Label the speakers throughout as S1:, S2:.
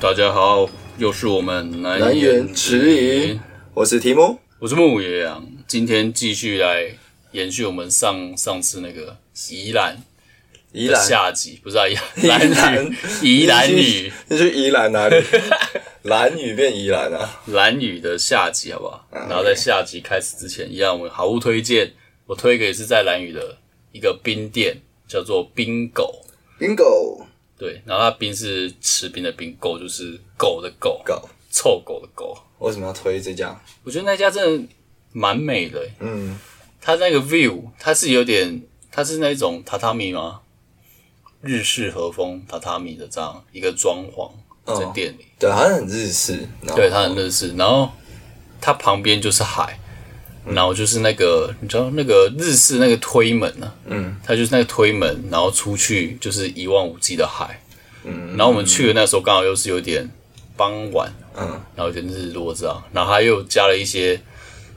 S1: 大家好，又是我们
S2: 南园直
S1: 饮
S2: 饮，我是提姆，
S1: 我是牧野羊，今天继续来延续我们上上次那个宜兰
S2: 宜
S1: 的
S2: 兰，
S1: 下集，不是啊，宜
S2: 宜
S1: 兰
S2: 兰
S1: 语， 宜兰
S2: 你
S1: 语
S2: 去，你去宜兰哪里？ 兰屿变宜兰啊，
S1: 兰语的下集，好不好？然后在下集开始之前，一样我们好物推荐，我推给是在兰屿的一个冰店，叫做冰狗。
S2: bingo
S1: 对，然后它冰是吃冰的冰，狗就是狗的狗，
S2: 狗，
S1: 臭狗的狗。
S2: 为什么要推这家？
S1: 我觉得那家真的蛮美的欸、
S2: 嗯，
S1: 它那个 view，它是有点，它是那种榻榻米吗？日式和风榻榻米的这样一个装潢在
S2: 哦
S1: 店里，
S2: 对，好像很日式，然后
S1: 对，它很日式。然后它旁边就是海，然后就是那个你知道那个日式那个推门啊，嗯，它就是那个推门，然后出去就是一望无际的海，嗯，然后我们去的那时候刚好又是有点傍晚，
S2: 嗯，
S1: 然后有点日落这样，然后它又加了一些，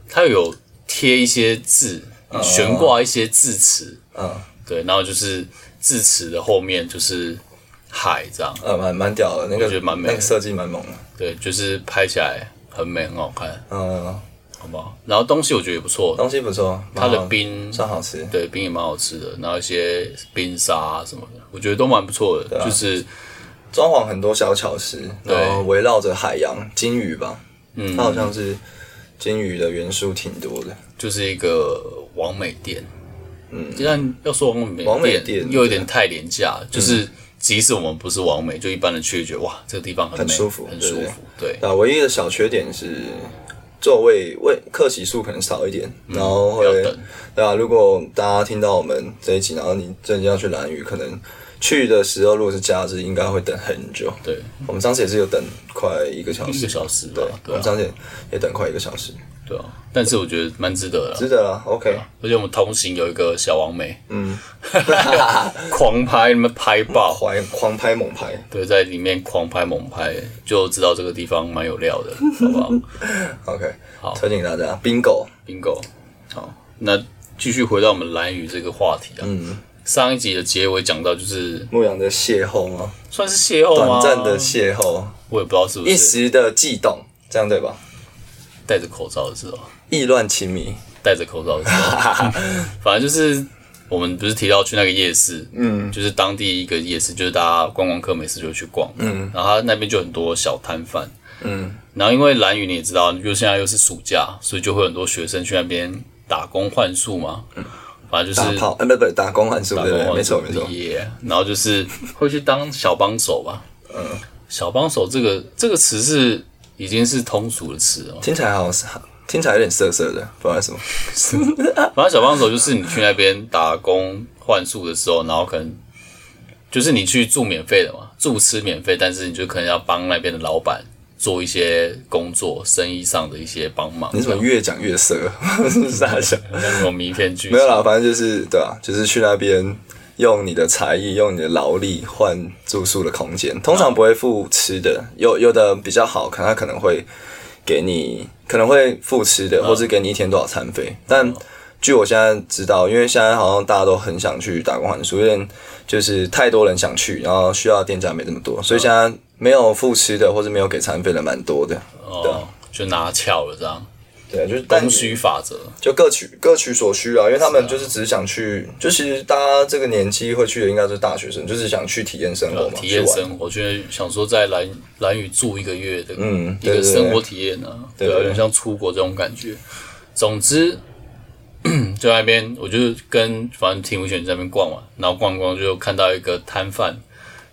S1: 它又有贴一些字，悬挂一些字词，
S2: 嗯
S1: 对，然后就是字词的后面就是海这样，
S2: 呃，蛮蛮屌的，那个
S1: 我觉得蛮美的
S2: 那个设计蛮猛的，
S1: 对，就是拍起来很美，很好看，
S2: 嗯，
S1: 好不好？然后东西我觉得也不错，
S2: 东西不错，
S1: 它
S2: 它
S1: 的冰，
S2: 算好吃，
S1: 对冰也蛮好吃的，然后一些冰沙、啊、什么的，我觉得都蛮不错
S2: 啊
S1: 的。就是
S2: 装潢很多小巧思，
S1: 对
S2: 然后围绕着海洋金鱼吧，嗯，它好像是金鱼的元素挺多的，
S1: 就是一个完美店，嗯，但要说完美
S2: 完美店
S1: 又有点太廉价了，就是即使我们不是完美，就一般人去也觉得哇，这个地方很美
S2: 很舒服
S1: 很
S2: 对
S1: 舒
S2: 不对
S1: 服，对
S2: 啊，唯一的小缺点是座位位客席数可能少一点，然后
S1: 嗯
S2: 会、
S1: 要等
S2: 对啊，如果大家听到我们这一集，然后你真的要去蓝屿，可能去的时候如果是假日，应该会等很久。
S1: 对，
S2: 我们上次也是有等快一个小
S1: 一个
S2: 时，
S1: 小时吧
S2: 对，，我
S1: 对
S2: 们
S1: 啊，
S2: 上次也也等快一个小时，
S1: 对啊，但是我觉得蛮值得的啦。
S2: 值得啦。OK，
S1: 而且我们同行有一个小王美，嗯， 狂拍，你们拍爆，
S2: 狂狂拍猛拍，
S1: 对，在里面狂拍猛拍，就知道这个地方蛮有料的，好不好
S2: OK，好，推荐给大家，bingo，
S1: ？Bingo，好，那继续回到我们蓝宇这个话题啊。嗯，上一集的结尾讲到，就是
S2: 牧羊的邂逅吗？
S1: 算是邂逅吗？
S2: 短暂的，邂逅，
S1: 我也不知道是不
S2: 一
S1: 是
S2: 时的悸动，这样对吧？
S1: 戴着口罩的时候，
S2: 意乱情迷，
S1: 戴着口罩的时候， 反正就是我们不是提到去那个夜市，嗯，就是当地一个夜市，就是大家观光客没事就去逛，嗯，然后它那边就很多小摊贩，嗯，然后因为兰屿你也知道，又现在又是暑假，所以就会很多学生去那边打工换宿嘛，嗯，反正就
S2: 打
S1: 是
S2: 炮，呃，不不，打工换宿，
S1: 打
S2: 对
S1: 工
S2: 不
S1: 换
S2: 对？
S1: 宿
S2: 没错没错，
S1: 毕业然后就是会去当小帮手吧，嗯，小帮手这个这个词是已经是通俗的词哦了嘛，
S2: 听起来好像听起来有点涩涩的，不知道为什么。
S1: 反正小帮手就是你去那边打工换宿的时候，然后可能就是你去住免费的嘛，住吃免费，但是你就可能要帮那边的老板做一些工作、生意上的一些帮忙。
S2: 你怎么越讲越涩？ 是傻笑。
S1: 像那种名片剧情
S2: 没有啦，反正就是对啊，就是去那边用你的才艺、用你的劳力换住宿的空间，通常不会付吃的，有有的比较好，可能他可能会给你，可能会付吃的，嗯或是给你一天多少餐费。但据我现在知道，因为现在好像大家都很想去打工换宿，因为就是太多人想去，然后需要的店家没这么多，所以现在没有付吃的或是没有给餐费的蛮多的。
S1: 哦，就拿翘了这样，
S2: 对，就是但
S1: 供需法则。
S2: 就各取各取所需啊，因为他们就是只想去，就其实大家这个年纪会去的应该就是大学生，就是想去体验生活嘛，
S1: 哦啊体验
S2: 去玩
S1: 生活，就是想说在兰兰屿住一个月的，
S2: 嗯
S1: 一
S2: 对
S1: 个
S2: 对对
S1: 生活体验呢，对啊，
S2: 对
S1: 有点像出国这种感觉。总之， 就在那边，我就跟反正听吴选在那边逛嘛，然后逛逛就看到一个摊贩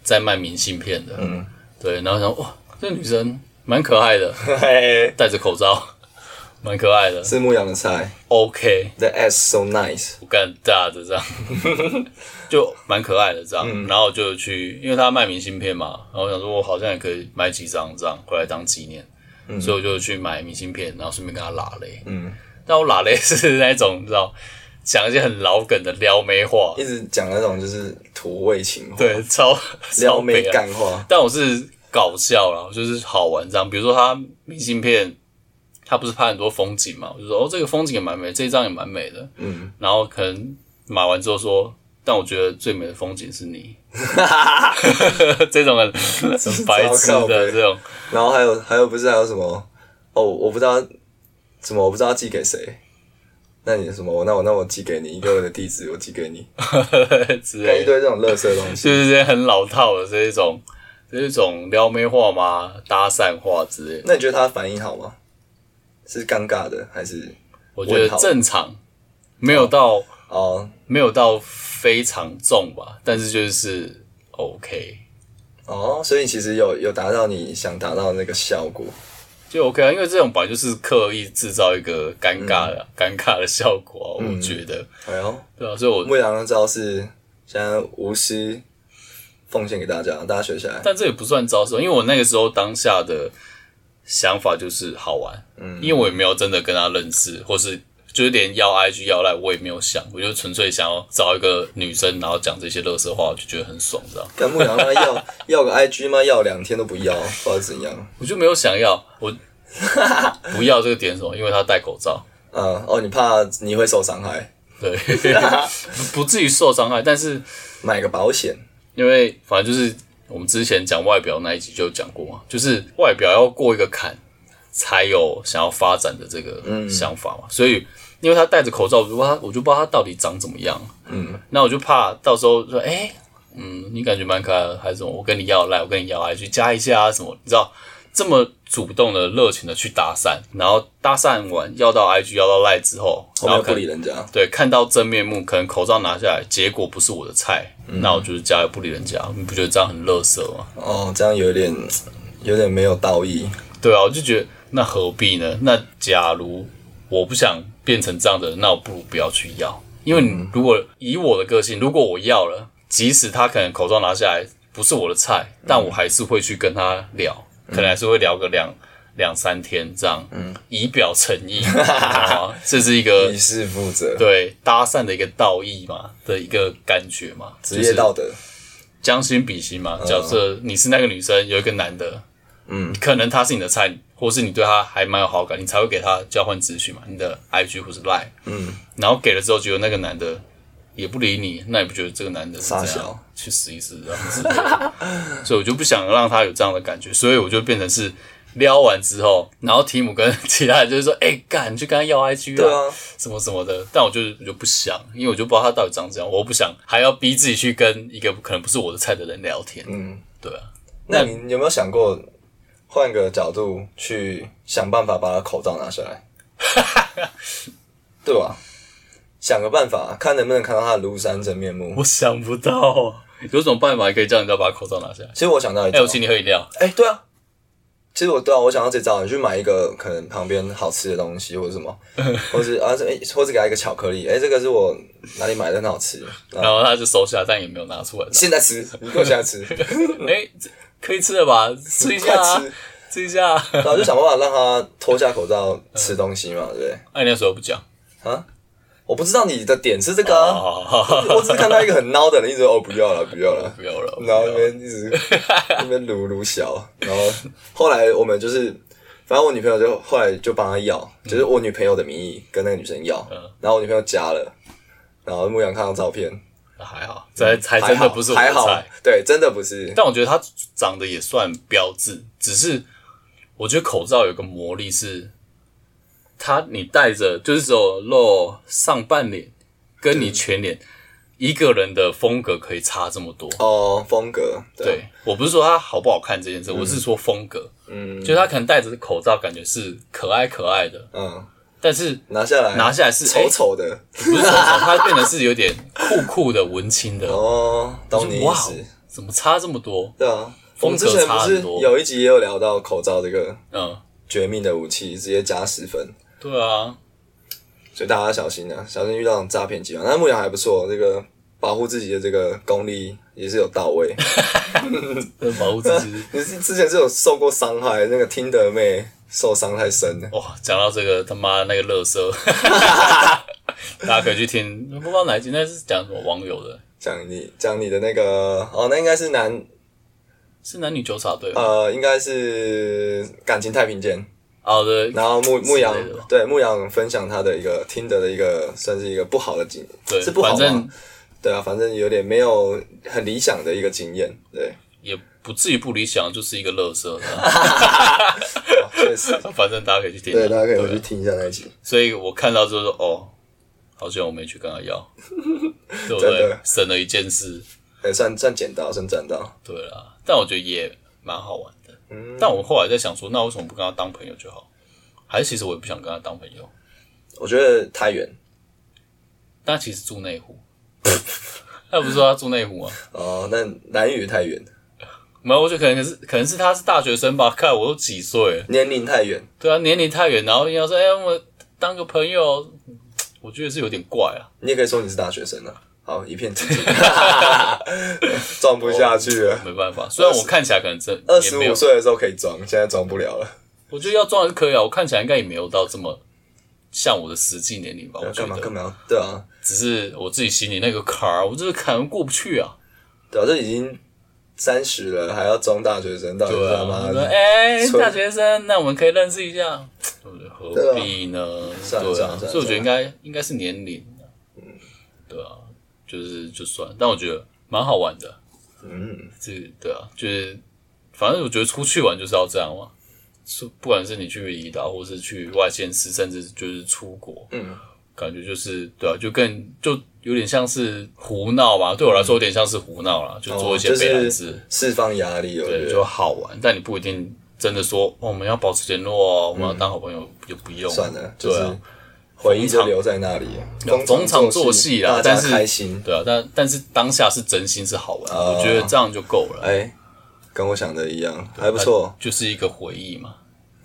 S1: 在卖明信片的，嗯，对，然后想哇，这女生蛮可爱的，
S2: 嘿，
S1: 戴着口罩， 蛮可爱的
S2: 是牧羊的菜
S1: ，OK，
S2: ，The S so nice，
S1: 不干大的这样， 就蛮可爱的这样。
S2: 嗯
S1: 然后就去，因为他卖明信片嘛，然后我想说我好像也可以买几张这样回来当纪念，
S2: 嗯
S1: 所以我就去买明信片，然后顺便跟他拉雷。嗯，但我拉雷 是那种你知道讲一些很老梗的撩妹话，
S2: 一直讲那种就是土味情话，，
S1: 对，超
S2: 撩
S1: 超
S2: 妹
S1: 北啊
S2: 干话，
S1: 但我是搞笑啦，就是好玩这样。比如说他明信片，他不是拍很多风景嘛，我就说哦，这个风景也蛮美，这一张也蛮美的，嗯，然后可能买完之后说，但我觉得最美的风景是 你，这种很很白痴
S2: 糟糕
S1: 的
S2: 呗
S1: 这种，
S2: 然后还有还有不是还有什么？哦，我不知道什么，我不知道寄给谁。那你什么？那我那我寄给你一个我的地址，我寄给你，
S1: 之
S2: 一
S1: 类的，
S2: 堆这种垃圾东西。
S1: 就是这些很老套的这一种，这一种撩妹话吗？搭讪话之类的，
S2: 那你觉得他的反应好吗？是尴尬的还是？
S1: 我觉得正常，没有到
S2: 哦
S1: 没有到非常重吧，但是就是 OK
S2: 哦，所以其实有有达到你想达到的那个效果。
S1: 就 OK 啊，因为这种本来就是刻意制造一个尴尬的、尴尬的效果啊，我觉得，
S2: 哎呦，
S1: 对啊，所以我
S2: 牧羊的招是现在无私奉献给大家，大家学起来。
S1: 但这也不算招手，因为我那个时候当下的想法就是好玩，嗯，因为我也没有真的跟他认识，或是就是连要 IG 要赖我也没有想，我就纯粹想要找一个女生，然后讲这些乐色话，我就觉得很爽，这样
S2: 跟牧羊他要 要个 IG 吗？要两天都不要，不知道怎样。
S1: 我就没有想要我 不要这个点是什么，因为他戴口罩，
S2: 嗯，哦，你怕你会受伤害，
S1: 对， 不至于受伤害，但是
S2: 买个保险。
S1: 因为反正就是我们之前讲外表那一集就有讲过嘛，就是外表要过一个坎，才有想要发展的这个想法嘛。所以，因为他戴着口罩，如果他我就不知道他到底长怎么样，嗯，那我就怕到时候说，哎、嗯，你感觉蛮可爱的，还是什么？我跟你要来，我跟你要来，去加一下啊什么？你知道这么主动的、热情的去搭讪，然后搭讪完要到 IG 要到赖之后，
S2: 我
S1: 然
S2: 没
S1: 后
S2: 有
S1: 可
S2: 不
S1: 能
S2: 理人家，
S1: 对，看到真面目，可能口罩拿下来，结果不是我的菜，那我就是加也不理人家，你不觉得这样很垃圾吗？
S2: 哦，这样有点有点没有道义。
S1: 对啊，我就觉得那何必呢？那假如我不想变成这样的人，那我不如不要去要，因为你如果以我的个性，如果我要了，即使他可能口罩拿下来不是我的菜，但我还是会去跟他聊，可能还是会聊个两。两三天这样，以表诚意，啊这是一个
S2: 以事负责，
S1: 对搭讪的一个道义嘛的一个感觉嘛，
S2: 职业道嗯德。
S1: 将心比心嘛。假设你是那个女生，有一个男的，嗯，可能他是你的菜，或是你对他还蛮有好感，你才会给他交换资讯嘛，你的 IG 或是 Line，嗯，然后给了之后，结果那个男的也不理你，那你不觉得这个男的是
S2: 傻
S1: 这样
S2: 小
S1: 去死一死这样子？所以我就不想让他有这样的感觉，所以我就变成是。撩完之后，然后提姆跟其他人就是说：“哎、干，你去跟他要 IG
S2: 对啊，
S1: 什么什么的，但我就是我就不想，因为我就不知道他到底长怎样，我不想还要逼自己去跟一个可能不是我的菜的人聊天。嗯，对啊，
S2: 那你有没有想过换个角度去想办法把他口罩拿 下来？对吧？想个办法，看能不能看到他的庐山真面目。
S1: 我想不到有什么办法可以叫人家把口罩拿下来。
S2: 其实我想到一
S1: 哎、
S2: 招
S1: 我，请你喝饮料，
S2: 哎、对啊，其实我对啊，我想到这招，你去买一个可能旁边好吃的东西，或者 什么，或是啊，这哎或者给他一个巧克力，哎、这个是我哪里买的，很好吃，然
S1: 然
S2: 后
S1: 后他就收下，但也没有拿出 来。
S2: 现 在吃，你给我现在吃，
S1: 哎、这可以吃了吧？吃一
S2: 快
S1: 下、啊
S2: 吃，，
S1: 吃一下、啊。
S2: 然后就想办法让他脱下口罩吃东西嘛，对不对？
S1: 哎、你那时候不讲，
S2: 啊我不知道你的点是这个啊、
S1: 好好好，
S2: 我只是看到一个很孬的人，一直说哦不要了，不要 了，
S1: 不要了，不
S2: 然
S1: 要
S2: 后那
S1: 了。
S2: 边一直那边撸撸小，然后后来我们就是，反正我女朋友就后来就帮她要，
S1: 嗯
S2: 就是我女朋友的名义跟那个女生要，然后我女朋友加了，然后牧羊看到照片，
S1: 还好，这还
S2: 还
S1: 真的
S2: 好
S1: 不是我
S2: 还
S1: 的
S2: 好
S1: 菜。，
S2: 对，真的不是，
S1: 但我觉得他长得也算标致，只是我觉得口罩有个魔力是，它你戴着就是只有露上半脸，跟你全脸，一个人的风格可以差这么多。
S2: 哦，风格，
S1: 对我不是说他好不好看这件事，我是说风格，
S2: 嗯
S1: 就是他可能戴着口罩感觉是可爱可爱的，
S2: 嗯，
S1: 但是
S2: 拿下来，
S1: 拿下来是
S2: 丑
S1: 哎
S2: 丑的，
S1: 不是说他变得是有点酷酷的文青的，
S2: 哦，懂你意
S1: 哇
S2: 思，，
S1: 怎么差这么多？
S2: 对啊，我
S1: 风
S2: 们
S1: 格
S2: 之前不
S1: 差
S2: 是
S1: 很多
S2: 有一集也有聊到口罩这个
S1: 嗯，
S2: 绝命的武器，直接加十分。
S1: 对啊，
S2: 所以大家小心啊，小心遇到那种诈骗集团。但牧羊还不错，这个保护自己的这个功力也是有到位。
S1: 这保护自己。
S2: 你是之前是有受过伤害，那个听的妹受伤太深了。
S1: 哇，讲到这个他妈那个乐色， 大家可以去听，不知道哪一集，那是讲什么网友的，
S2: 讲你讲你的那个哦，那应该是男
S1: 是男女纠察队吗？
S2: 呃，应该是感情太平间。
S1: 好的，
S2: 然后牧牧羊
S1: 之类的吧
S2: 对牧羊分享他的一个听的的一个算是一个不好的经，
S1: 对
S2: 是不，好
S1: 反正
S2: 吗？对啊，反正有点没有很理想的一个经验，对，
S1: 也不至于不理想，就是一个乐 色。
S2: 哦确实，
S1: 反正大家可以去听。
S3: 对，大家可以回
S1: 对
S3: 去听一下那一集。
S1: 所以我看到之后说，哦，好像我没去跟他 要，对不
S2: 真
S1: 对
S2: 的？
S1: 省了一件事，
S2: 哎，算算捡到，算赚到，
S1: 对啦。但我觉得也蛮好玩的。
S2: 嗯
S1: 但我后来在想说，那为什么不跟他当朋友就好？还是其实我也不想跟他当朋友。
S2: 我觉得太远
S1: 但他其实住内湖， 他不是说他住内湖吗？
S2: 哦，那南语太远，
S1: 没有，我觉得可能是可能是他是大学生吧。看我都几岁了，
S2: 年龄太远，
S1: 对啊，年龄太远，然后硬要说，哎、我当个朋友，我觉得是有点怪啊。
S2: 你也可以说你是大学生啊。好，一片寂静， 装不下去了。
S1: 没办法，虽然我看起来可能真
S2: 二
S1: 哦也
S2: 十
S1: 没有
S2: 五岁的时候可以装，现在装不了了。
S1: 我觉得要装还是可以啊，我看起来应该也没有到这么像我的实际年龄吧。我觉
S2: 干嘛干
S1: 得
S2: 嘛要？对啊，
S1: 只是我自己心里那个坎儿，我就是坎过不去啊。
S2: 对啊，这已经三十了，还要装大学生，到底
S1: 对
S2: 他
S1: 啊，
S2: 妈
S1: 我说
S2: 的
S1: 哎、
S2: 所以
S1: 大学生，那我们可以认识一下，我觉得何必呢？对
S2: 啊算了算
S1: 啊，
S2: 了
S1: 所以我觉得应该应该是年龄，嗯，对啊，就是就算，但我觉得蛮好玩的，嗯，这对啊，就是反正我觉得出去玩就是要这样嘛。是，不管是你去离岛，或是去外县市，甚至就是出国，
S2: 嗯，
S1: 感觉就是对啊，就更就有点像是胡闹吧。对我来说，有点像是胡闹啦，就做一些
S2: 哦
S1: 北兰
S2: 就
S1: 事。
S2: 是释放压力，我觉
S1: 对，就
S2: 得
S1: 好玩，但你不一定真的说、哦、我们要保持联络哦，我们要当好朋友也不用。
S2: 嗯算了，就
S1: 对
S2: 是
S1: 啊，
S2: 回忆就留在那里，
S1: 逢场作戏啦，
S2: 大
S1: 但
S2: 家
S1: 是
S2: 开心。
S1: 对啊，但但是当下是真心是好玩，
S2: 哦
S1: 我觉得这样就够了，
S2: 哎，跟我想的一样，还不错。
S1: 就是一个回忆嘛。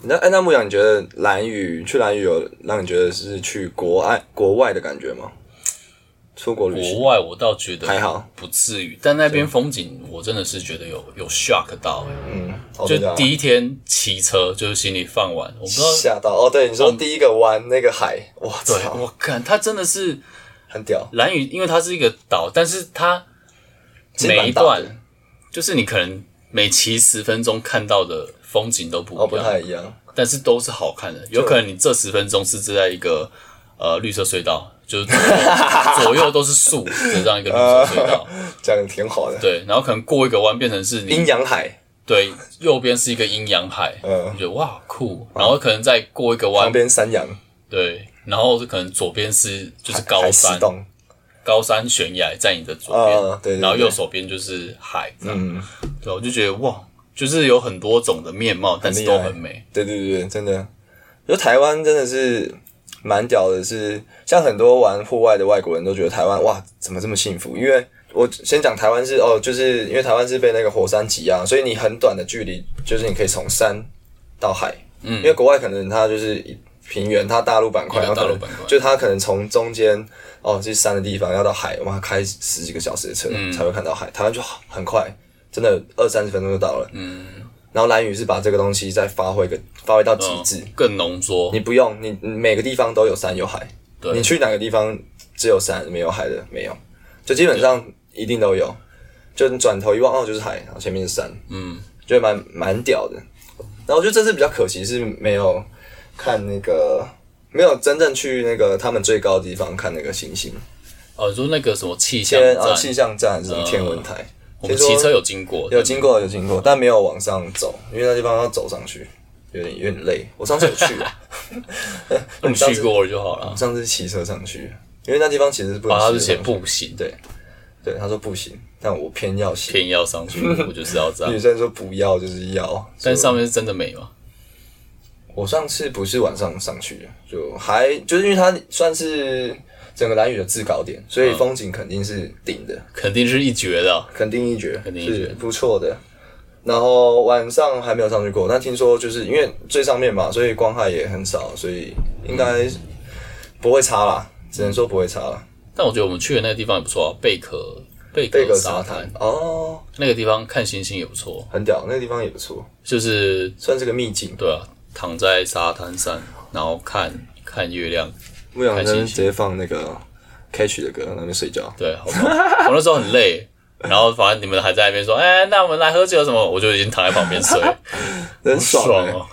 S2: 那哎，那牧羊，你觉得蓝屿去蓝屿有让你觉得是去国外国外的感觉吗？出国旅
S1: 国
S2: 行
S1: 外我倒觉得
S2: 还好，
S1: 不至于，但那边风景我真的是觉得有有 shock 到、欸
S2: 嗯，哦真的
S1: 就
S2: 啊
S1: 第一天骑车就是行李放完，我不知道，
S2: 吓到哦，对，你说第一个湾那个海，哇
S1: 嗯对
S2: 操，
S1: 我看它真的是
S2: 很屌，
S1: 蓝屿，因为它是一个岛，但是它
S2: 其实
S1: 每一
S2: 蛮大的
S1: 段就是你可能每骑十分钟看到的风景都不
S2: 哦
S1: 一
S2: 不
S1: 样，
S2: 太一样，
S1: 但是都是好看的。有可能你这十分钟是在一个呃绿色隧道， 就是左右左右都是树的这样一个绿色隧道，
S2: 这样挺好的。
S1: 对，然后可能过一个弯变成是
S2: 嗯阴
S1: 你
S2: 阳海
S1: 对右边是一个阴阳海，
S2: 嗯
S1: 你觉得哇酷，然后可能再过一个弯
S2: 旁，边山羊
S1: 对，然后可能左边是就是高
S2: 海狮
S1: 山，
S2: 洞，
S1: 高山悬崖在你的左边，
S2: 啊对对对
S1: 然后右手边就是海，这样，
S2: 嗯，
S1: 对，啊我就觉得哇，就是有很多种的面貌，但是
S2: 厉
S1: 都
S2: 害
S1: 很美，
S2: 对对对，真的，就台湾真的是蛮屌的是，像很多玩户外的外国人都觉得台湾哇怎么这么幸福？因为我先讲台湾是哦，就是因为台湾是被那个火山挤压，所以你很短的距离，就是你可以从山到海，嗯，因为国外可能它就是一平原，它大陆板块，
S1: 一个大
S2: 它可
S1: 陆
S2: 能
S1: 板块
S2: 就它可能从中间哦这山的地方要到海，哇开十几个小时的车、
S1: 嗯
S2: 才会看到海，台湾就很快，真的二三十分钟就到了，嗯。然后蓝宇是把这个东西再发挥个发挥到极致，
S1: 嗯更浓缩
S2: 你，不用，你你每个地方都有山有海。
S1: 对
S2: 你去哪个地方只有山没有海的没有，就基本上一定都有。就你转头一望，哦，就是海，然后前面是山，
S1: 嗯，
S2: 就蛮蛮屌的。然后我觉得这次比较可惜是没有看那个，没有真正去那个他们最高的地方看那个星星。
S1: 哦，你说那个什么气象
S2: 天
S1: 站，嗯
S2: 啊，气象站还是什么天文台？
S1: 我们
S2: 听说
S1: 骑车有经过，
S2: 有经过有经过，但没有往上走，因为那地方要走上去，有点有点累。我上次 有去啊，
S1: 对，你
S2: 上次
S1: 去过了就好了。
S2: 上次骑车上去，因为那地方嗯其实是不能
S1: 把
S2: 骑
S1: 它
S2: 车
S1: 哦是写
S2: 上去
S1: 步行，
S2: 对对，他说不行，但我偏要行。
S1: 偏要上去，我就是要这
S2: 女
S1: 样。
S2: 生说不要嗯就是要，
S1: 但
S2: 所以
S1: 上面是真的美吗？
S2: 我上次不是晚上上去的，就还就是因为它算是整个蓝屿的制高点，所
S1: 嗯
S2: 以风景肯定是顶的，
S1: 肯定是一绝的啊，
S2: 肯定一绝，
S1: 肯定一绝
S2: 是不错的。然后晚上还没有上去过，但听说就是因为最上面嘛，所以光害也很少，所以应该不会差啦，只能说不会差啦。
S1: 但我觉得我们去的那个地方也不错啊，贝壳贝
S2: 贝
S1: 壳
S2: 壳
S1: 沙
S2: 沙滩哦，
S1: 那个地方看星星也不错，
S2: 很屌，那个地方也不错，
S1: 就是
S2: 算是个秘境。
S1: 对啊，躺在沙滩上，然后看看月亮，
S2: 牧羊
S1: 开心
S2: 人
S1: 一
S2: 直
S1: 些
S2: 接放那个 Catch 的歌，在那边睡觉。
S1: 对，好吧，我那时候很累，然后反正你们还在那边说，哎、那我们来喝酒什么，我就已经躺在旁边睡，
S2: 很爽、欸
S1: 哦，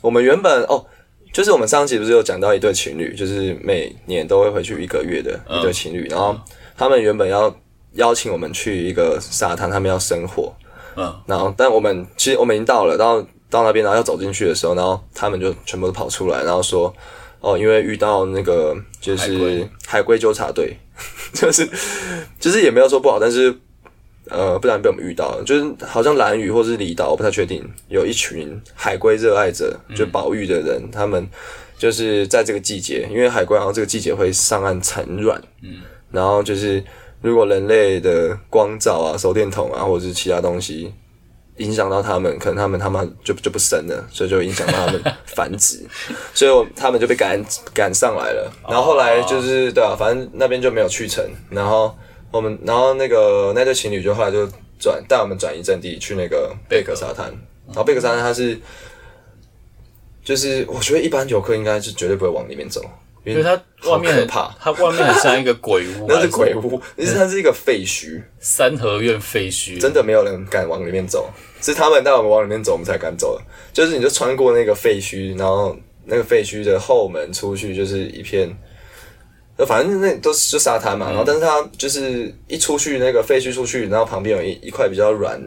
S2: 我们原本哦，就是我们上集不是有讲到一对情侣，就是每年都会回去一个月的一对情侣，然后他们原本要邀请我们去一个沙滩，他们要生火，
S1: 嗯，
S2: 然后但我们其实我们已经到了，到到那边，然后要走进去的时候，然后他们就全部都跑出来，然后说哦，因为遇到那个就
S1: 海
S2: 是
S1: 龟
S2: 海龟纠察队， 就是就是也没有说不好，但是呃，不然被我们遇到了，就是好像蓝屿或是离岛，我不太确定，有一群海龟热爱者，就保育的人，他们就是在这个季节，因为海龟好像这个季节会上岸产卵，嗯，然后就是如果人类的光照啊、手电筒啊，或者是其他东西。影响到他们，可能他们他们就就不生了，所以就影响到他们繁殖，所以我他们就被赶赶上来了。然后后来就是对啊，反正那边就没有去成。然后我们，然后那个那对情侣就后来就转带我们转移阵地去那个贝壳沙滩。然后贝壳沙滩它是，就是我觉得一般游客应该是绝对不会往里面走，因
S1: 因为它外面
S2: 好可怕
S1: 它外面很像一个鬼屋，
S2: 那是鬼，屋，其实它是一个废墟，
S1: 三合院废墟，
S2: 真的没有人敢往里面走，是他们带我们往里面走，我们才敢走的。就是你就穿过那个废墟，然后那个废墟的后门出去就是一片，呃反正那都是就沙滩嘛。然后但是它就是一出去那个废墟出去，然后旁边有一一块比较软、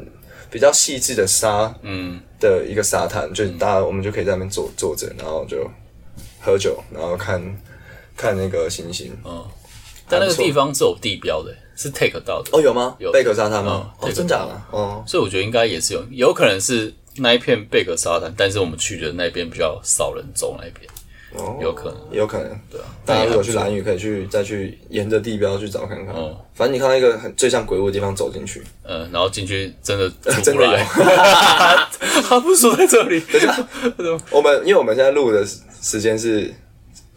S2: 比较细致的沙
S1: 嗯，
S2: 的一个沙滩，就大家我们就可以在那边坐坐着，然后就喝酒，然后看看那个星星。
S1: 但那个
S2: 还不错
S1: 地方是有地标的，是 take 到的，
S2: 哦，有吗？
S1: 有
S2: 贝壳沙滩吗？
S1: 嗯
S2: 哦，真假的？哦，
S1: 所以我觉得应该也是有，有可能是那一片贝壳沙滩，但是我们去的那边比较少人走那边，
S2: 哦
S1: 有可能，
S2: 有可能。
S1: 对啊，
S2: 大家如果去
S1: 那也还不错
S2: 蓝屿，可以去再去沿着地标去找看看。
S1: 哦
S2: 反正你看到一个很最像鬼屋的地方走进去，
S1: 呃，然后进去真 的出
S2: 真
S1: 不
S2: 的
S1: 来，
S2: 有
S1: 他不是说在这里，
S2: 我们因为我们现在录的时时间是，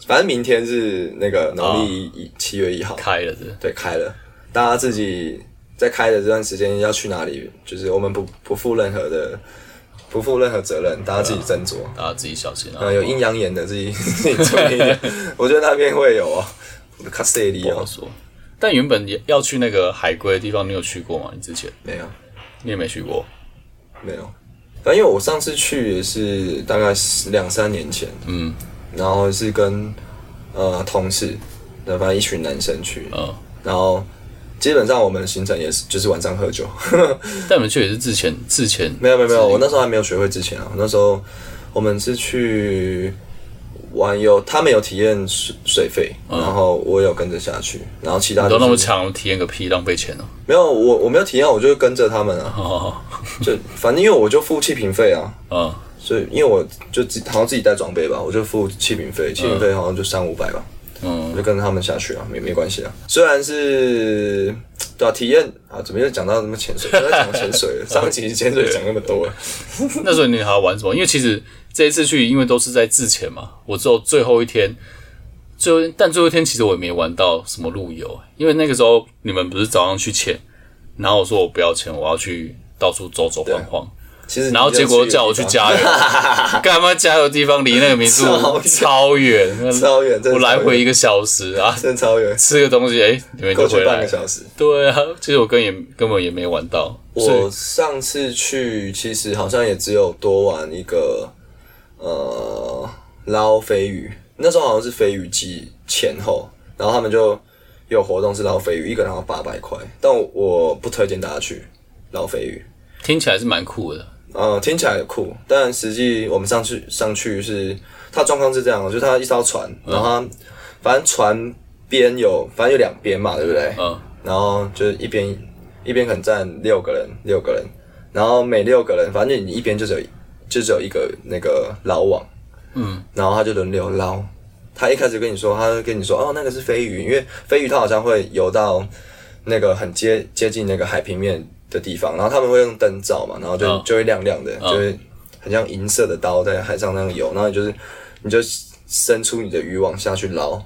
S2: 反正明天是那个农历一七月一号，
S1: 开了是
S2: 对，开了。大家自己在开的这段时间要去哪里，就是我们不不负任何的不负任何责任，大家自己斟酌。
S1: 大家自己小心啊
S2: 呃，，有阴阳眼的自己 自己注意 一点，我觉得那边会有哦，卡塞里
S1: 不好
S2: 哦，
S1: 说。但原本也要去那个海龟的地方，你有去过吗？你之前
S2: 没有。
S1: 你也没去过，
S2: 没有，反正因为我上次去也是大概十两三年前，
S1: 嗯
S2: 然后是跟呃同事，那反正一群男生去，
S1: 嗯，
S2: 然后基本上我们的行程也是就是晚上喝酒，
S1: 但你们去也是之前之前
S2: 没有没有没有，我那时候还没有学会之前啊，那时候我们是去玩有他们有体验水水费，然后我有跟着下去，然后其
S1: 嗯
S2: 他、
S1: 你
S2: 就
S1: 都那么
S2: 是
S1: 强，体验个屁，浪费钱哦。
S2: 没有我我没有体验，我就跟着他们啊，
S1: 哦，
S2: 就反正因为我就付气瓶费啊，
S1: 嗯，
S2: 所以因为我就自好像自己带装备吧，我就付气瓶费，气瓶费好像就三五百吧，
S1: 嗯
S2: 我就跟着他们下去啊，没没关系啊。虽然是对啊，体验啊，怎么又讲到什么潜水？又在讲 潜水了，上一集潜水讲那么多了，
S1: 那时候你还要玩什么？因为其实这一次去，因为都是在之前嘛，我只有最后一天，最后但最后一天其实我也没玩到什么路游，因为那个时候你们不是早上去潜，然后我说我不要潜，我要去到处走走晃晃，
S2: 其实
S1: 然后结果叫我去
S2: 啊
S1: 加 油，干嘛加油的地方离那个民宿
S2: 超远
S1: 超远，
S2: 超远，真
S1: 我
S2: 的
S1: 来
S2: 超
S1: 回
S2: 远
S1: 一个小时啊，
S2: 真的超远，
S1: 吃个东西，哎、你们
S2: 过
S1: 就回
S2: 去半
S1: 来
S2: 个
S1: 了。
S2: 小时。
S1: 对啊，其实我根也根本也没玩到，所以
S2: 我上次去其实好像也只有多玩一个呃捞飞鱼，那时候好像是飞鱼季前后，然后他们就有活动是捞飞鱼，一个人要八百块，但我我不推荐大家去捞飞鱼。
S1: 听起来是蛮酷的。
S2: 呃，听起来很酷，但实际我们上去上去是，它状况是这样，就是它一艘船，然后它反正船边有反正有两边嘛，对不对？
S1: 嗯，
S2: 然后就是一边一边可能站六个人，六个人，然后每六个人，反正你一边就只有就只有一个那个捞网，嗯，然后他就轮流捞。他一开始跟你说，他就跟你说，哦，那个是飞鱼，因为飞鱼它好像会游到那个很接接近那个海平面的地方，然后他们会用灯照嘛，然后就、
S1: 嗯
S2: 就会亮亮的，就会很像银色的刀在海上那样游，然后你就是你就伸出你的渔网下去捞，啊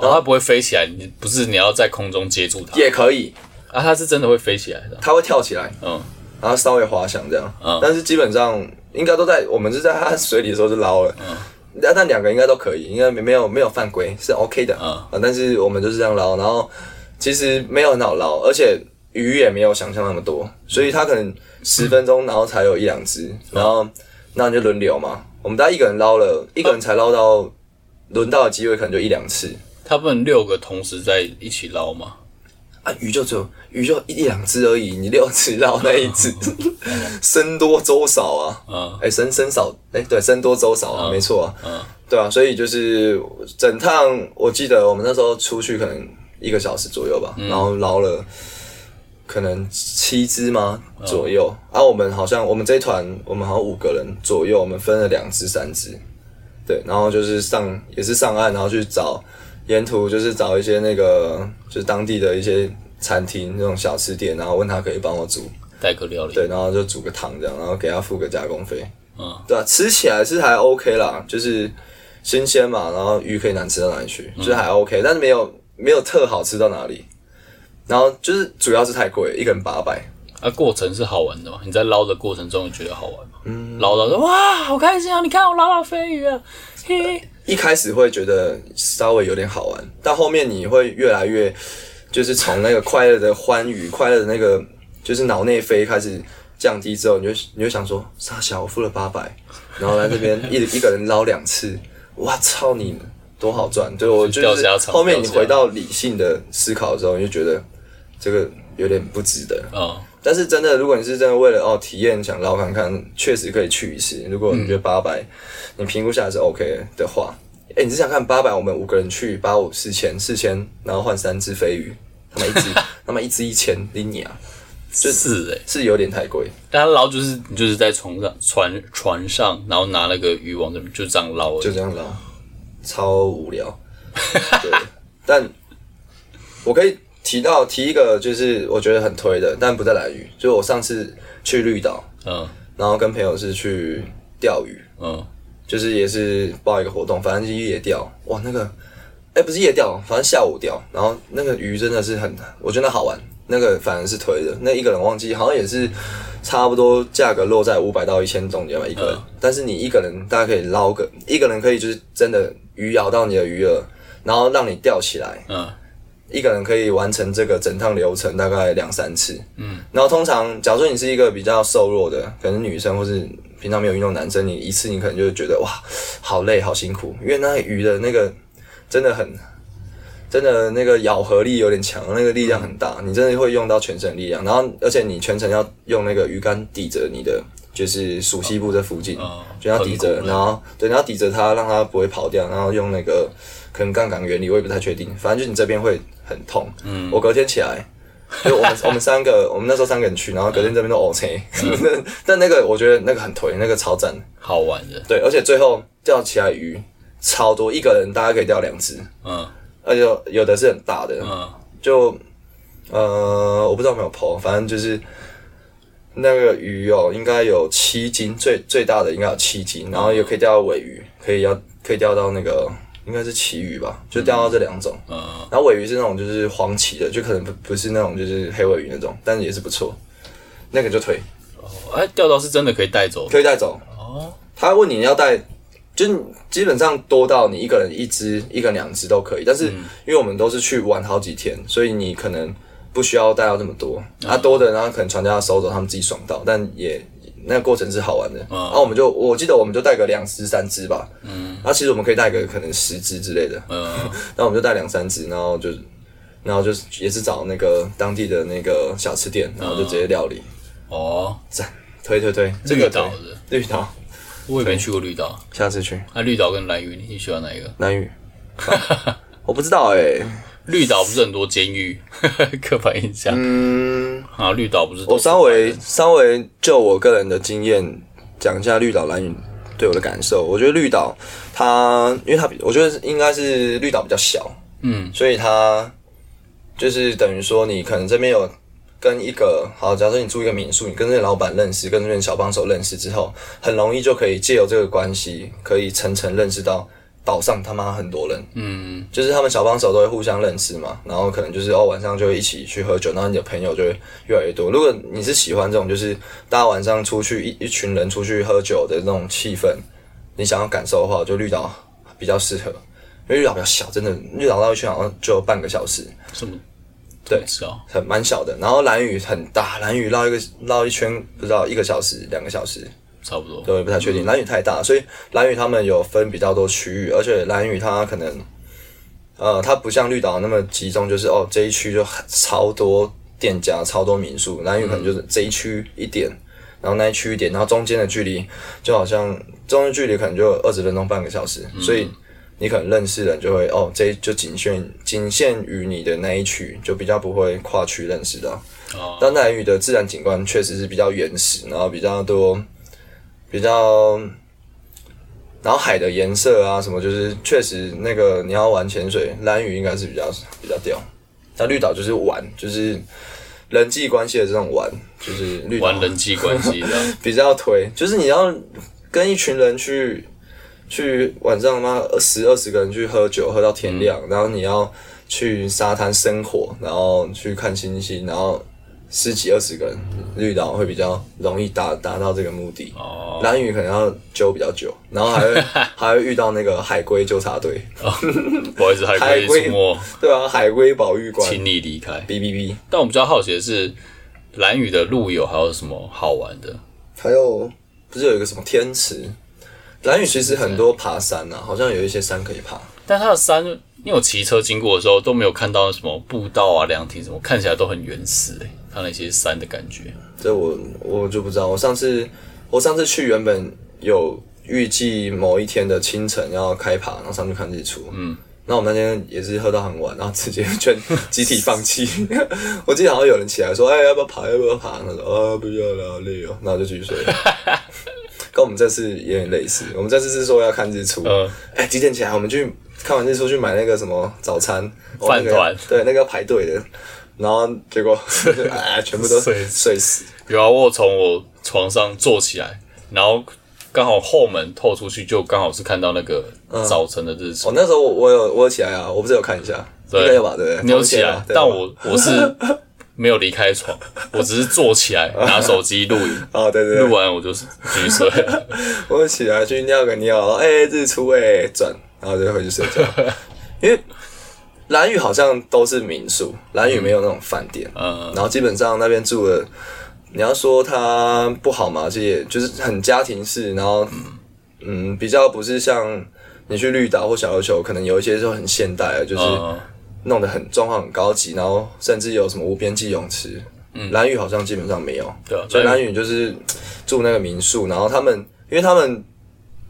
S1: 然后它不会飞起来，你不是你要在空中接住它
S2: 也可以，
S1: 啊，它是真的会飞起来的。
S2: 它会跳起来，
S1: 嗯，
S2: 然后稍微滑翔这样，
S1: 嗯
S2: 但是基本上应该都在我们是在他水里的时候就捞了，
S1: 嗯
S2: 但但两个应该都可以，应该没没有没有犯规是 OK 的，
S1: 嗯
S2: 啊，但是我们就是这样捞，然后其实没有很好捞，而且
S1: 嗯
S2: 鱼也没有想象那么多，所以它可能十分钟然后才有一两只，然后。那你就轮流嘛。我们大家一个人捞了，一个人才捞到轮到的机会可能就一两次
S1: 他们六个同时在一起捞嘛，
S2: 啊，鱼就只有鱼就一两只而已，你六只捞那一 只， 僧多粥少啊，
S1: 嗯
S2: 哎、僧僧少，哎、对，僧多粥少啊，没错啊，
S1: 嗯，
S2: 对啊，所以就是整趟，我记得我们那时候出去可能一个小时左右吧，
S1: 嗯
S2: 然后捞了可能七只吗
S1: 嗯
S2: 左右。啊，我们好像我们这一团我们好像五个人左右，我们分了两只三只，对，然后就是上也是上岸，然后去找沿途就是找一些那个就是当地的一些餐厅那种小吃店，然后问他可以帮我煮，
S1: 代客料理，
S2: 对，然后就煮个汤这样，然后给他付个加工费。
S1: 嗯，
S2: 对啊，吃起来是还 OK 啦，就是新鲜嘛，然后鱼可以难吃到哪里去，就是还 OK，、但是没有没有特好吃到哪里。然后就是主要是太贵，一个人八百，
S1: 啊，过程是好玩的嘛？你在捞的过程中，你觉得好玩吗？嗯，捞到说哇，好开心啊！你看我捞到飞鱼了，嘿，
S2: 一开始会觉得稍微有点好玩，但后面你会越来越就是从那个快乐的欢愉、快乐的那个就是脑内啡开始降低之后，你就你就想说傻小，我付了八百，然后来这边一一个人捞两次，哇操你多好赚！对我就
S1: 掉
S2: 是
S1: 下场
S2: 后面
S1: 掉
S2: 你
S1: 下
S2: 回到理性的思考之后，你就觉得这个有点不值得。
S1: 嗯，
S2: 但是真的，如果你是真的为了哦体验想捞看看，确实可以去一次。如果你觉得八百、你评估下来是 OK 的话，哎、你只想看八百，我们五个人去八五四千四千，然后换三只飞鱼，他们一只他们一只一千，拎你啊，
S1: 就是哎、
S2: 是有点太贵。
S1: 但他捞就是你就是在床上船船上，然后拿那个渔网这边就这样捞而已，
S2: 就这样捞，超无聊。对，但我可以提到提一个，就是我觉得很推的，但不在蓝屿，就是我上次去绿岛，
S1: 嗯
S2: 然后跟朋友是去钓鱼，
S1: 嗯，
S2: 就是也是报一个活动，反正就是夜钓，哇，那个，哎、不是夜钓，反正下午钓，然后那个鱼真的是很，我觉得好玩，那个反而是推的，那一个人忘记好像也是差不多价格落在五百到一千中间吧，一个人，但是你一个人大概可以捞个，一个人可以就是真的鱼咬到你的鱼饵，然后让你钓起来，
S1: 嗯，
S2: 一个人可以完成这个整趟流程大概两三次，嗯，然后通常假如说你是一个比较瘦弱的，可能女生或是平常没有运动的男生，你一次你可能就会觉得哇，好累好辛苦，因为那鱼的那个真的很。真的那个咬合力有点强，那个力量很大，你真的会用到全身的力量。然后，而且你全程要用那个鱼竿抵着你的，就是属膝部这附近，
S1: 哦
S2: 就要抵
S1: 盆
S2: 着
S1: 骨，
S2: 然后对，然后抵着它，让它不会跑掉，然后用那个可能杠杆原理，我也不太确定，反正就是你这边会很痛。嗯，我隔天起来，就我们 我们三个，我们那时候三个人去，然后隔天这边都 OK，、但 那个我觉得那个很颓，那个超赞，
S1: 好玩的，
S2: 对，而且最后钓起来鱼超多，一个人大概可以钓两只，
S1: 嗯
S2: 而且有有的是很大的，
S1: 嗯，
S2: 就呃，我不知道有没有剖，反正就是那个鱼哦，应该有七斤，最最大的应该有七斤，然后也可以钓到尾鱼，可以要可以钓到那个应该是旗鱼吧，就钓到这两种。
S1: 嗯
S2: 然后尾鱼是那种就是黄鳍的，就可能不不是那种就是黑尾鱼那种，但是也是不错，那个就推
S1: 哎、钓到是真的可以带走的
S2: 可以带走。
S1: 哦，
S2: 他问你要带。就是基本上多到你一个人一只，一个人两只都可以。但
S1: 嗯
S2: 是因为我们都是去玩好几天，所以你可能不需要带到这么多。
S1: 嗯
S2: 啊，多的然后可能船家收走，他们自己爽到，但也那个过程是好玩
S1: 嗯
S2: 的。然后我们就我记得我们就带个两只三只吧。嗯，那其实我们可以带个可能十只之类的。
S1: 嗯
S2: 那我们就带两三只，然后就然后就是也是找那个当地的那个小吃店，然后就直接料理。
S1: 哦，
S2: 赞，推推推，这个
S1: 绿岛
S2: 推
S1: 的，
S2: 绿岛，
S1: 我也没去过绿岛，
S2: 下次去
S1: 那、绿岛跟蓝屿你喜欢哪一个？
S2: 南屿。我不知道哎、
S1: 绿岛不是很多监狱，刻板印象。嗯，啊，绿岛不是都
S2: 我
S1: 是
S2: 稍微稍微就我个人的经验讲一下绿岛蓝屿对我的感受。我觉得绿岛它，因为它比我觉得应该是绿岛比较小，
S1: 嗯，
S2: 所以它就是等于说你可能这边有跟一个好，假如说你住一个民宿，你跟这些老板认识，跟这边小帮手认识之后，很容易就可以借由这个关系，可以层层认识到岛上他妈很多人。
S1: 嗯
S2: 就是他们小帮手都会互相认识嘛，然后可能就是哦晚上就会一起去喝酒，然后你的朋友就会越来越多。如果你是喜欢这种就是大家晚上出去一一群人出去喝酒的那种气氛，你想要感受的话，就绿岛比较适合，因为绿岛比较小，真的绿岛绕一圈好像就半个小时，
S1: 什么？
S2: 对
S1: 是哦，
S2: 很蛮小的。然后蓝屿很大，蓝屿绕一个绕一圈不知道一个小时两个小时，
S1: 差不多。
S2: 对，不太确定。蓝屿太大，所以蓝屿他们有分比较多区域，而且蓝屿它可能，呃，它不像绿岛那么集中，就是哦这一区就很超多店家、超多民宿，蓝屿可能就是这一区一点，然后那一区一点，然后中间的距离就好像中间距离可能就二十分钟、半个小时，所以你可能认识的人就会哦，这一就仅限仅限于你的那一区，就比较不会跨区认识到。
S1: 哦，
S2: 但南屿的自然景观确实是比较原始，然后比较多，比较，然后海的颜色啊什么，就是确实那个你要玩潜水，蓝屿应该是比较比较屌。那绿岛就是玩，就是人际关系的这种玩，就是绿岛
S1: 玩人际关系这样。
S2: 比较推，就是你要跟一群人去去晚上嘛十二十个人去喝酒，喝到天亮，
S1: 嗯
S2: 然后你要去沙滩生火，然后去看星星，然后十几二十个人，绿岛会比较容易达达到这个目的。
S1: 哦，
S2: 蓝屿可能要揪比较久，然后还 会还会遇到那个海龟纠察队，
S1: 不好意思，海
S2: 海
S1: 龟
S2: 龟
S1: 出没，
S2: 对啊，海龟保育馆，
S1: 请你离开。
S2: 哔哔哔，
S1: 但我比较好奇的是，蓝屿的陆游还有什么好玩的？
S2: 还有不是有一个什么天池？蓝屿其实很多爬山啊，好像有一些山可以爬。
S1: 但它的山，因为我骑车经过的时候都没有看到什么步道啊、凉亭什么，看起来都很原始诶、它那些山的感觉。
S2: 这我我就不知道。我上次我上次去原本有预计某一天的清晨要开爬，然后上去看日出。嗯，那我们那天也是喝到很晚，然后直接 全集体放弃。 我记得好像有人起来说：“哎，要不要爬？要不要爬？”他说：“啊，不要了，好累哦。”然后就继续睡 了。跟我们这次有点类似，我们这次是说要看日出。
S1: 嗯
S2: 哎、几点起来？我们去看完日出去买那个什么早餐哦
S1: 饭
S2: 那个
S1: 团
S2: 对，那个要排队的。然后结果 啊，全部都
S1: 睡
S2: 睡死。
S1: 有啊，我有从我床上坐起来，然后刚好后门透出去，就刚好是看到那个早晨的日出。
S2: 哦我那时候我我有我有起来啊，我不是有看一下，应该有吧？对不对？
S1: 你有
S2: 同一
S1: 起
S2: 天
S1: 来
S2: 吧，对吧
S1: 但我我是没有离开床，我只是坐起来拿手机录影，
S2: 哦，对对
S1: 录
S2: 对，
S1: 完我就是继续睡。
S2: 我有起来去尿个尿，然后哎、日出哎、转，然后就回去睡 觉。因为蓝屿好像都是民宿，蓝屿没有那种饭店，
S1: 嗯，
S2: 然后基本上那边住的，你要说它不好嘛，这也就是很家庭式，然后嗯比较不是像你去绿岛或小琉球，可能有一些就很现代了，就是。
S1: 嗯
S2: 弄得很状况很高级，然后甚至有什么无边际泳池。嗯，蓝屿好像基本上没有，
S1: 对啊
S2: 所以
S1: 蓝
S2: 蓝屿就是住那个民宿，然后他们因为他们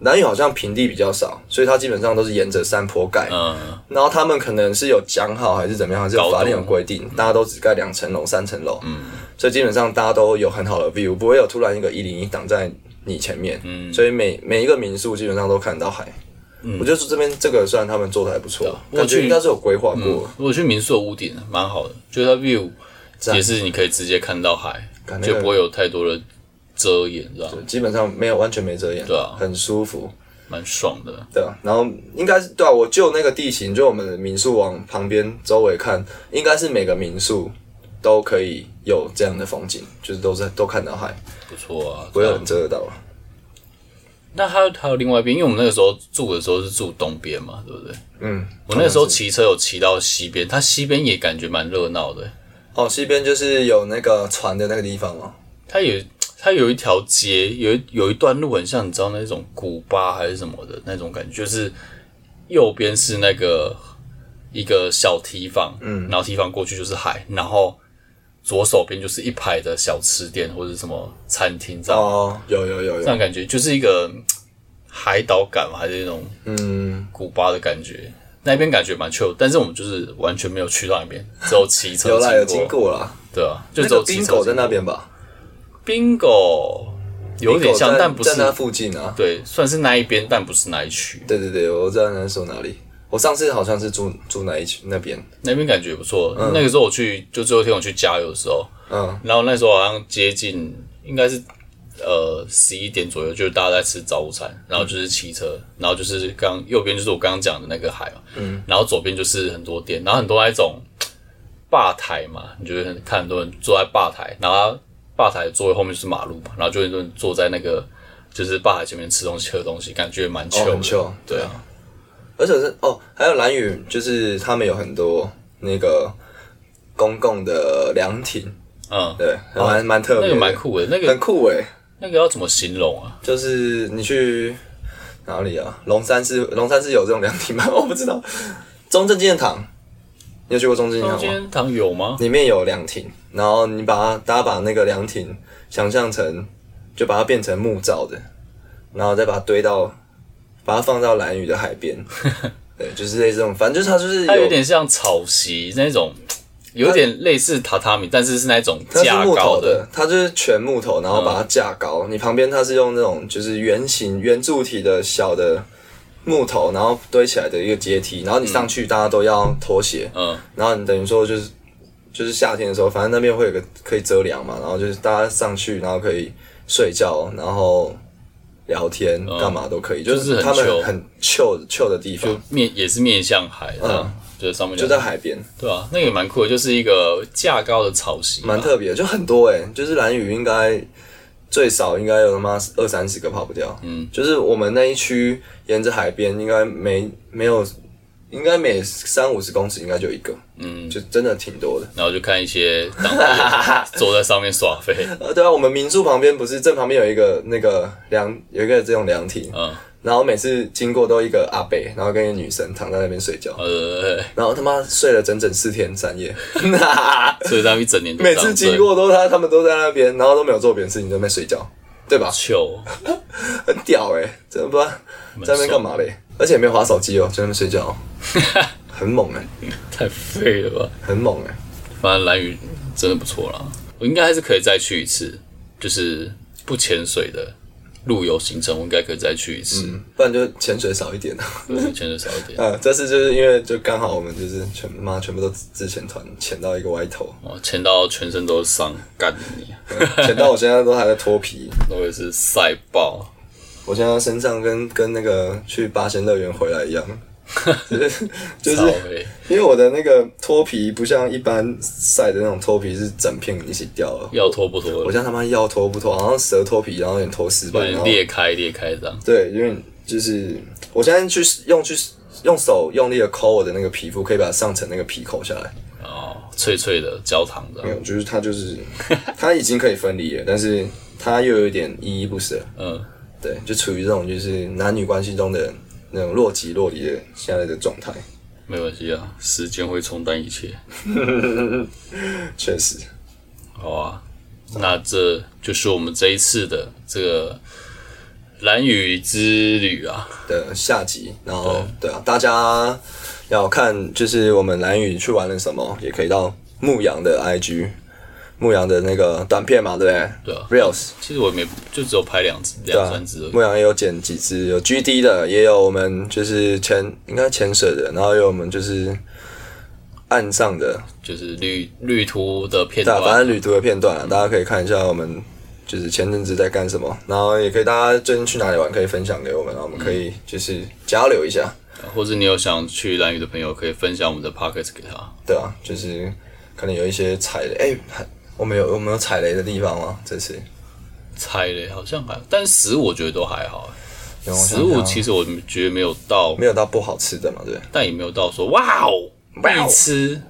S2: 蓝屿好像平地比较少，所以它基本上都是沿着山坡盖，
S1: 嗯，
S2: 然后他们可能是有讲好还是怎么样，还是有法令有规定，大家都只盖两层楼、三层楼，嗯，所以基本上大家都有很好的 view，不会有突然一个一零一挡在你前面，嗯，所以每每一个民宿基本上都看得到海。我觉得这边这个虽然他们做的还不错，
S1: 我嗯
S2: 感觉
S1: 去
S2: 应该是有规划过。
S1: 如果去民宿的屋顶蛮好的，就是它 view 也是你可以直接看到海
S2: 感，觉
S1: 就不会有太多的遮掩，这样
S2: 基本上没有完全没遮掩，
S1: 对啊
S2: 很舒服，
S1: 蛮爽的。
S2: 对啊。然后应该是对啊，我就那个地形，就我们的民宿往旁边周围看，应该是每个民宿都可以有这样的风景，就是都是都看到海，
S1: 不错啊，
S2: 不会
S1: 这样
S2: 很遮得到啊。
S1: 那还有还有另外一边，因为我们那个时候住的时候是住东边嘛，对不对？啊
S2: 嗯，
S1: 我那个时候骑车有骑到西边，它西边也感觉蛮热闹的。
S2: 哦，西边就是有那个船的那个地方嘛，
S1: 它有它有一条街，有一有一段路很像你知道那种古巴还是什么的那种感觉，就是右边是那个一个小堤防，嗯，然后堤防过去就是海，然后左手边就是一排的小吃店或者什么餐厅这样，
S2: 哦，有有有
S1: 这
S2: 有，
S1: 样感觉就是一个嗯海岛感嘛，还是那种
S2: 嗯，
S1: 古巴的感觉。那边感觉蛮 chill，但是我们就是完全没有去到那边，只有骑车
S2: 有啦有
S1: 经
S2: 经，过啦，
S1: 对啊，就
S2: 那
S1: 只有
S2: 个
S1: 骑
S2: 冰
S1: 车
S2: 狗在
S1: 经过
S2: 那边吧，
S1: bingo 有点像，
S2: 冰狗在
S1: 但不是
S2: 在那附近啊。
S1: 对，算是那一边，但不是那一区。
S2: 对对对，我知道你在说哪里。我上次好像是住住哪一区那边，哦
S1: 那边感觉也不错。那个时候我去，就最后一天我去加油的时候，
S2: 嗯，
S1: 然后那时候好像接近应该是呃十一点左右，就是大家在吃早午餐，然后就是骑车，然后就是刚右边就是我刚刚讲的那个海嘛，嗯，然后左边就是很多店，然后很多那种吧台嘛，你就会看很多人坐在吧台，然后吧台的座位后面就是马路嘛，然后就很多人坐在那个就是吧台前面吃东西喝东西，感觉蛮
S2: 哦，
S1: chill
S2: 很
S1: 的。
S2: 秀，
S1: 对啊，
S2: 而且是哦，还有蓝屿，就是他们有很多那个公共的凉亭，
S1: 嗯，
S2: 对，还蛮蛮特
S1: 那
S2: 别
S1: 个
S2: 的，
S1: 嗯蛮酷的，那个
S2: 很酷诶。欸
S1: 那个要怎么形容啊？
S2: 就是你去哪里啊？龙山寺，龙山寺有这种凉亭吗？ 我不知道。中正纪念堂，你有去过中正纪念
S1: 中
S2: 堂吗？
S1: 间堂有吗？
S2: 里面有凉亭，然后你把它，大家把那个凉亭想象成，就把它变成木造的，然后再把它堆到，把它放到蓝屿的海边。 对，就是类似这种，反正就是它就是
S1: 它
S2: 有
S1: 有点像草席那种，有点类似榻榻米，但是是那种
S2: 它是
S1: 架
S2: 木
S1: 高
S2: 头的，它就是全木头，然后把它架高。你旁边它是用那种就是圆形圆柱体的小的木头，然后堆起来的一个阶梯，然后你上去大家都要脱鞋，
S1: 嗯，
S2: 然后你等于说就是就是夏天的时候，反正那边会有个可以遮凉嘛，然后就是大家上去，然后可以睡觉，然后聊天干嘛都可以，
S1: 嗯
S2: 就
S1: 就是
S2: 是
S1: 很
S2: 他们
S1: chill
S2: 很 chill chill 的地方，
S1: 就面也是面向海这样，就是上面
S2: 嗯就
S1: 就
S2: 在海边，
S1: 对啊，那个也蛮酷的，就是一个架高的草席吧，
S2: 蛮特别的，就很多哎、就是蓝屿应该最少应该有他妈二三十个跑不掉。嗯，就是我们那一区沿着海边，应该没没有，应该每三五十公尺应该就一个，
S1: 嗯，
S2: 就真的挺多的。
S1: 然后就看一些当地人 坐在上面耍飞，
S2: 呃，对啊，我们民宿旁边不是正旁边有一个那个凉，有一个这种凉亭，
S1: 嗯，
S2: 然后每次经过都一个阿伯，然后跟一个女生躺在那边睡觉，
S1: 呃，
S2: 然后他妈睡了整整四天三夜。
S1: 所以他们一整年都
S2: 每
S1: 这
S2: 次
S1: 样
S2: 经过都他他们都在那边，然后都没有做别的事情，都在那边睡觉，对吧？
S1: 糗，
S2: 很屌哎、欸，真的不知道在那边干嘛嘞，而且也没有划手机哦、在那边睡觉 哦、很猛哎、
S1: 太废了吧？
S2: 很猛哎、
S1: 反正蓝屿真的不错啦，我应该还是可以再去一次，就是不潜水的路游行程，我应该可以再去一次，
S2: 不然就潜水少一点啊。
S1: 对潜水少一点。
S2: 呃，这次就是因为就刚好我们就是全妈全部都自潜团潜到一个歪头，
S1: 哦，潜到全身都是伤，干你！
S2: 潜到我现在都还在 脱皮，
S1: 我也是晒爆，
S2: 我现在身上跟跟那个去八仙乐园回来 一样，就是就是
S1: 超黑。
S2: 因为我的那个脱皮不像一般晒的那种脱皮是整片一起掉了，
S1: 要脱不脱
S2: 我哦
S1: 了，
S2: 像他妈要脱不脱，好像蛇脱皮，然后有点脱失
S1: 有
S2: 败，然
S1: 点
S2: 后
S1: 裂开裂开这样。
S2: 对，因为就是我现在去用去用手用力的抠我的那个皮肤，可以把上层那个皮抠下来。
S1: 哦，脆脆的焦糖这
S2: 没
S1: 样。
S2: 有，就是它就是 它已经可以分离了，但是它又有一点依依不舍。
S1: 嗯，
S2: 对，就处于这种就是男女关系中的那种若即若离的现在的状态。
S1: 没关系啊，时间会冲淡一切。
S2: 确实，
S1: 好啊，那这就是我们这一次的这个蓝雨之旅啊。
S2: 的下集，然后对啊，大家要看就是我们蓝宇去玩了什么，也可以到牧羊的 IG。牧羊的那个短片嘛，对不对？
S1: 对啊
S2: Reels，
S1: 其实我也没就只有拍两支
S2: 对
S1: 两
S2: 啊
S1: 三支而，已。
S2: 牧羊也有剪几只，有 GD 的，也有我们就是潜应该潜水的，然后有我们就是岸上的，
S1: 就是旅旅途的片
S2: 对啊，反
S1: 段。
S2: 正旅途的片段啊，大家可以看一下我们就是前阵子在干什么，然后也可以大家最近去哪里玩，可以分享给我们，然后我们可以就是交流一下，
S1: 或者你有想去蓝屿的朋友，可以分享我们的 podcast 给他。
S2: 对啊，就是可能有一些踩雷，哎、还我们有我们有踩雷的地方吗？这次
S1: 猜嘞，好像还，但食物我觉得都还好。
S2: 有我想
S1: 食物
S2: 想啊
S1: 其实我觉得没有到
S2: 没有到不好吃的嘛，对不对？
S1: 但也没有到说哇哦
S2: 哇哦
S1: 必吃，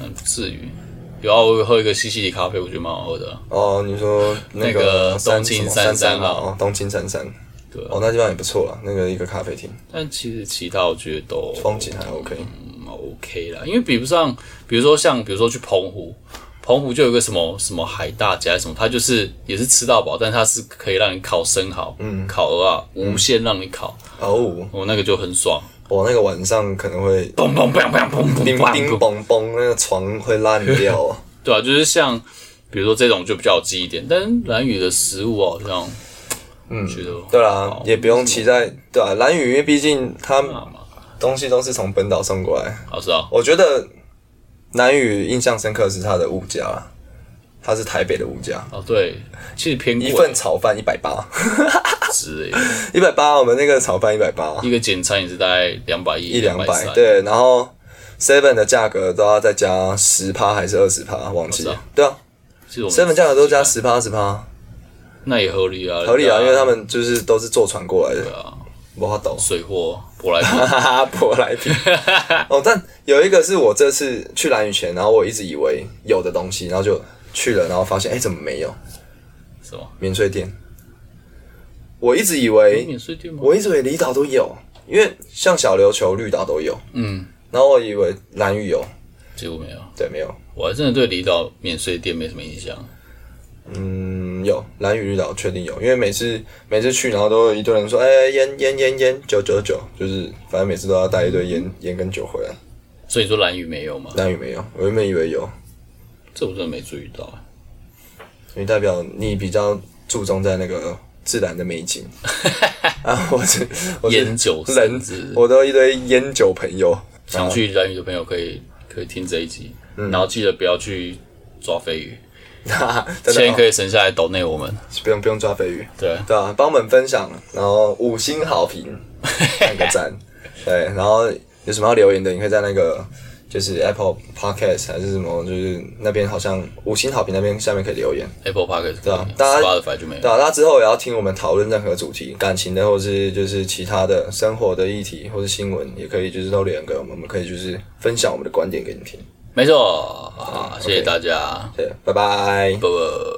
S1: 嗯，不至于。有啊，我喝一个西西里咖啡，我觉得蛮好喝的。
S2: 哦，你说
S1: 那
S2: 那
S1: 个
S2: 个山
S1: 东青
S2: 什么
S1: 山
S2: 山
S1: 三
S2: 嘛
S1: 郎
S2: 哦，东青山山，
S1: 对啊
S2: 哦，那地方也不错啦，那个一个咖啡厅，
S1: 但其实其他我觉得都
S2: 风景还 OK。
S1: 嗯 OK 啦，因为比不上，比如说像比如说去澎湖，澎湖就有一个什么什么海大家什么，它就是也是吃到饱，但它是可以让你烤生蚝，嗯，烤鹅啊，无限让你烤，
S2: 哦，
S1: 哦，那个就很爽，
S2: 我那个晚上可能会
S1: 嘣嘣嘣嘣嘣
S2: 叮
S1: 嘣
S2: 叮
S1: 嘣，
S2: 嘣嘣，那个床会烂掉 啊。
S1: 对啊，就是像比如说这种就比较有记忆点，但是蓝屿的食物哦好像，嗯，觉得
S2: 对啦，也不用期待，对啊，蓝宇，因为毕竟它
S1: 好嘛，
S2: 东西都是从本岛送过来。
S1: 好吃啊，
S2: 我觉得蓝宇印象深刻是它的物价啦，它是台北的物价，
S1: 哦，对，其实偏贵
S2: 一份炒饭一百八，
S1: 值诶，
S2: 一百八，我们那个炒饭一百八，
S1: 一个简餐也是大概两百一、
S2: 一两
S1: 百
S2: 百，，对，然后 Seven 的价格都要再加十趴还是二十趴，忘
S1: 我知
S2: 记了
S1: 道。
S2: 对啊
S1: 其实我们
S2: ，Seven 价格都加十趴二十趴，
S1: 那也合理啊，
S2: 合理啊，因为他
S1: 们
S2: 们就是都是坐船过来的，
S1: 啊
S2: 不好 懂。
S1: 水货舶来 品，
S2: 哈哈，舶来 品。哦，但有一个是我这次去蓝屿前，然后我一直以为有的东西，然后就去了，然后发现哎、怎么没有
S1: 是吗？
S2: 免税店？我一直以为
S1: 免税店吗？
S2: 我一直以为离岛都有，因为像小琉球、绿岛都有，
S1: 嗯，
S2: 然后我以为蓝屿有，
S1: 结果没有，
S2: 对，没有，
S1: 我还真的对离岛免税店没什么印象。
S2: 嗯，有蓝屿、绿岛确定有，因为每次每次去，然后都有一堆人说，哎、烟烟烟烟九九九，就是反正每次都要带一堆烟烟跟酒回来。
S1: 所以你说蓝屿没有吗？
S2: 蓝屿没有，我原本以为有，
S1: 这我真的没注意到。
S2: 因为代表你比较注重在那个自然的美 景啊，我是我是
S1: 烟酒
S2: 人
S1: 甚至，
S2: 我都一堆烟酒朋友。
S1: 想 去蓝屿的朋友可以可以听这一集，
S2: 嗯
S1: 然后记得不要去抓飞鱼，
S2: 真的
S1: 钱
S2: 哦、
S1: 可以省下来抖内我们。
S2: 不用不用抓飞鱼，
S1: 对，
S2: 对啊，帮我们分享，然后五星好评，按个赞，对，然后有什么要留言的，你可以在那个就是 Apple Podcast 还是什么，就是那边好像五星好评那边下面可以留言，
S1: Apple Park 对
S2: 啊大家
S1: Spotify 就没
S2: 对
S1: 有。
S2: 啊，大家之后也要听我们讨论任何主题，感情的或是就是其他的生活的议题或是新闻，也可以就是都留言给我们，我们可以就是分享我们的观点给你听，
S1: 没错，好，谢谢大家，呃
S2: 对，拜拜。
S1: 拜拜。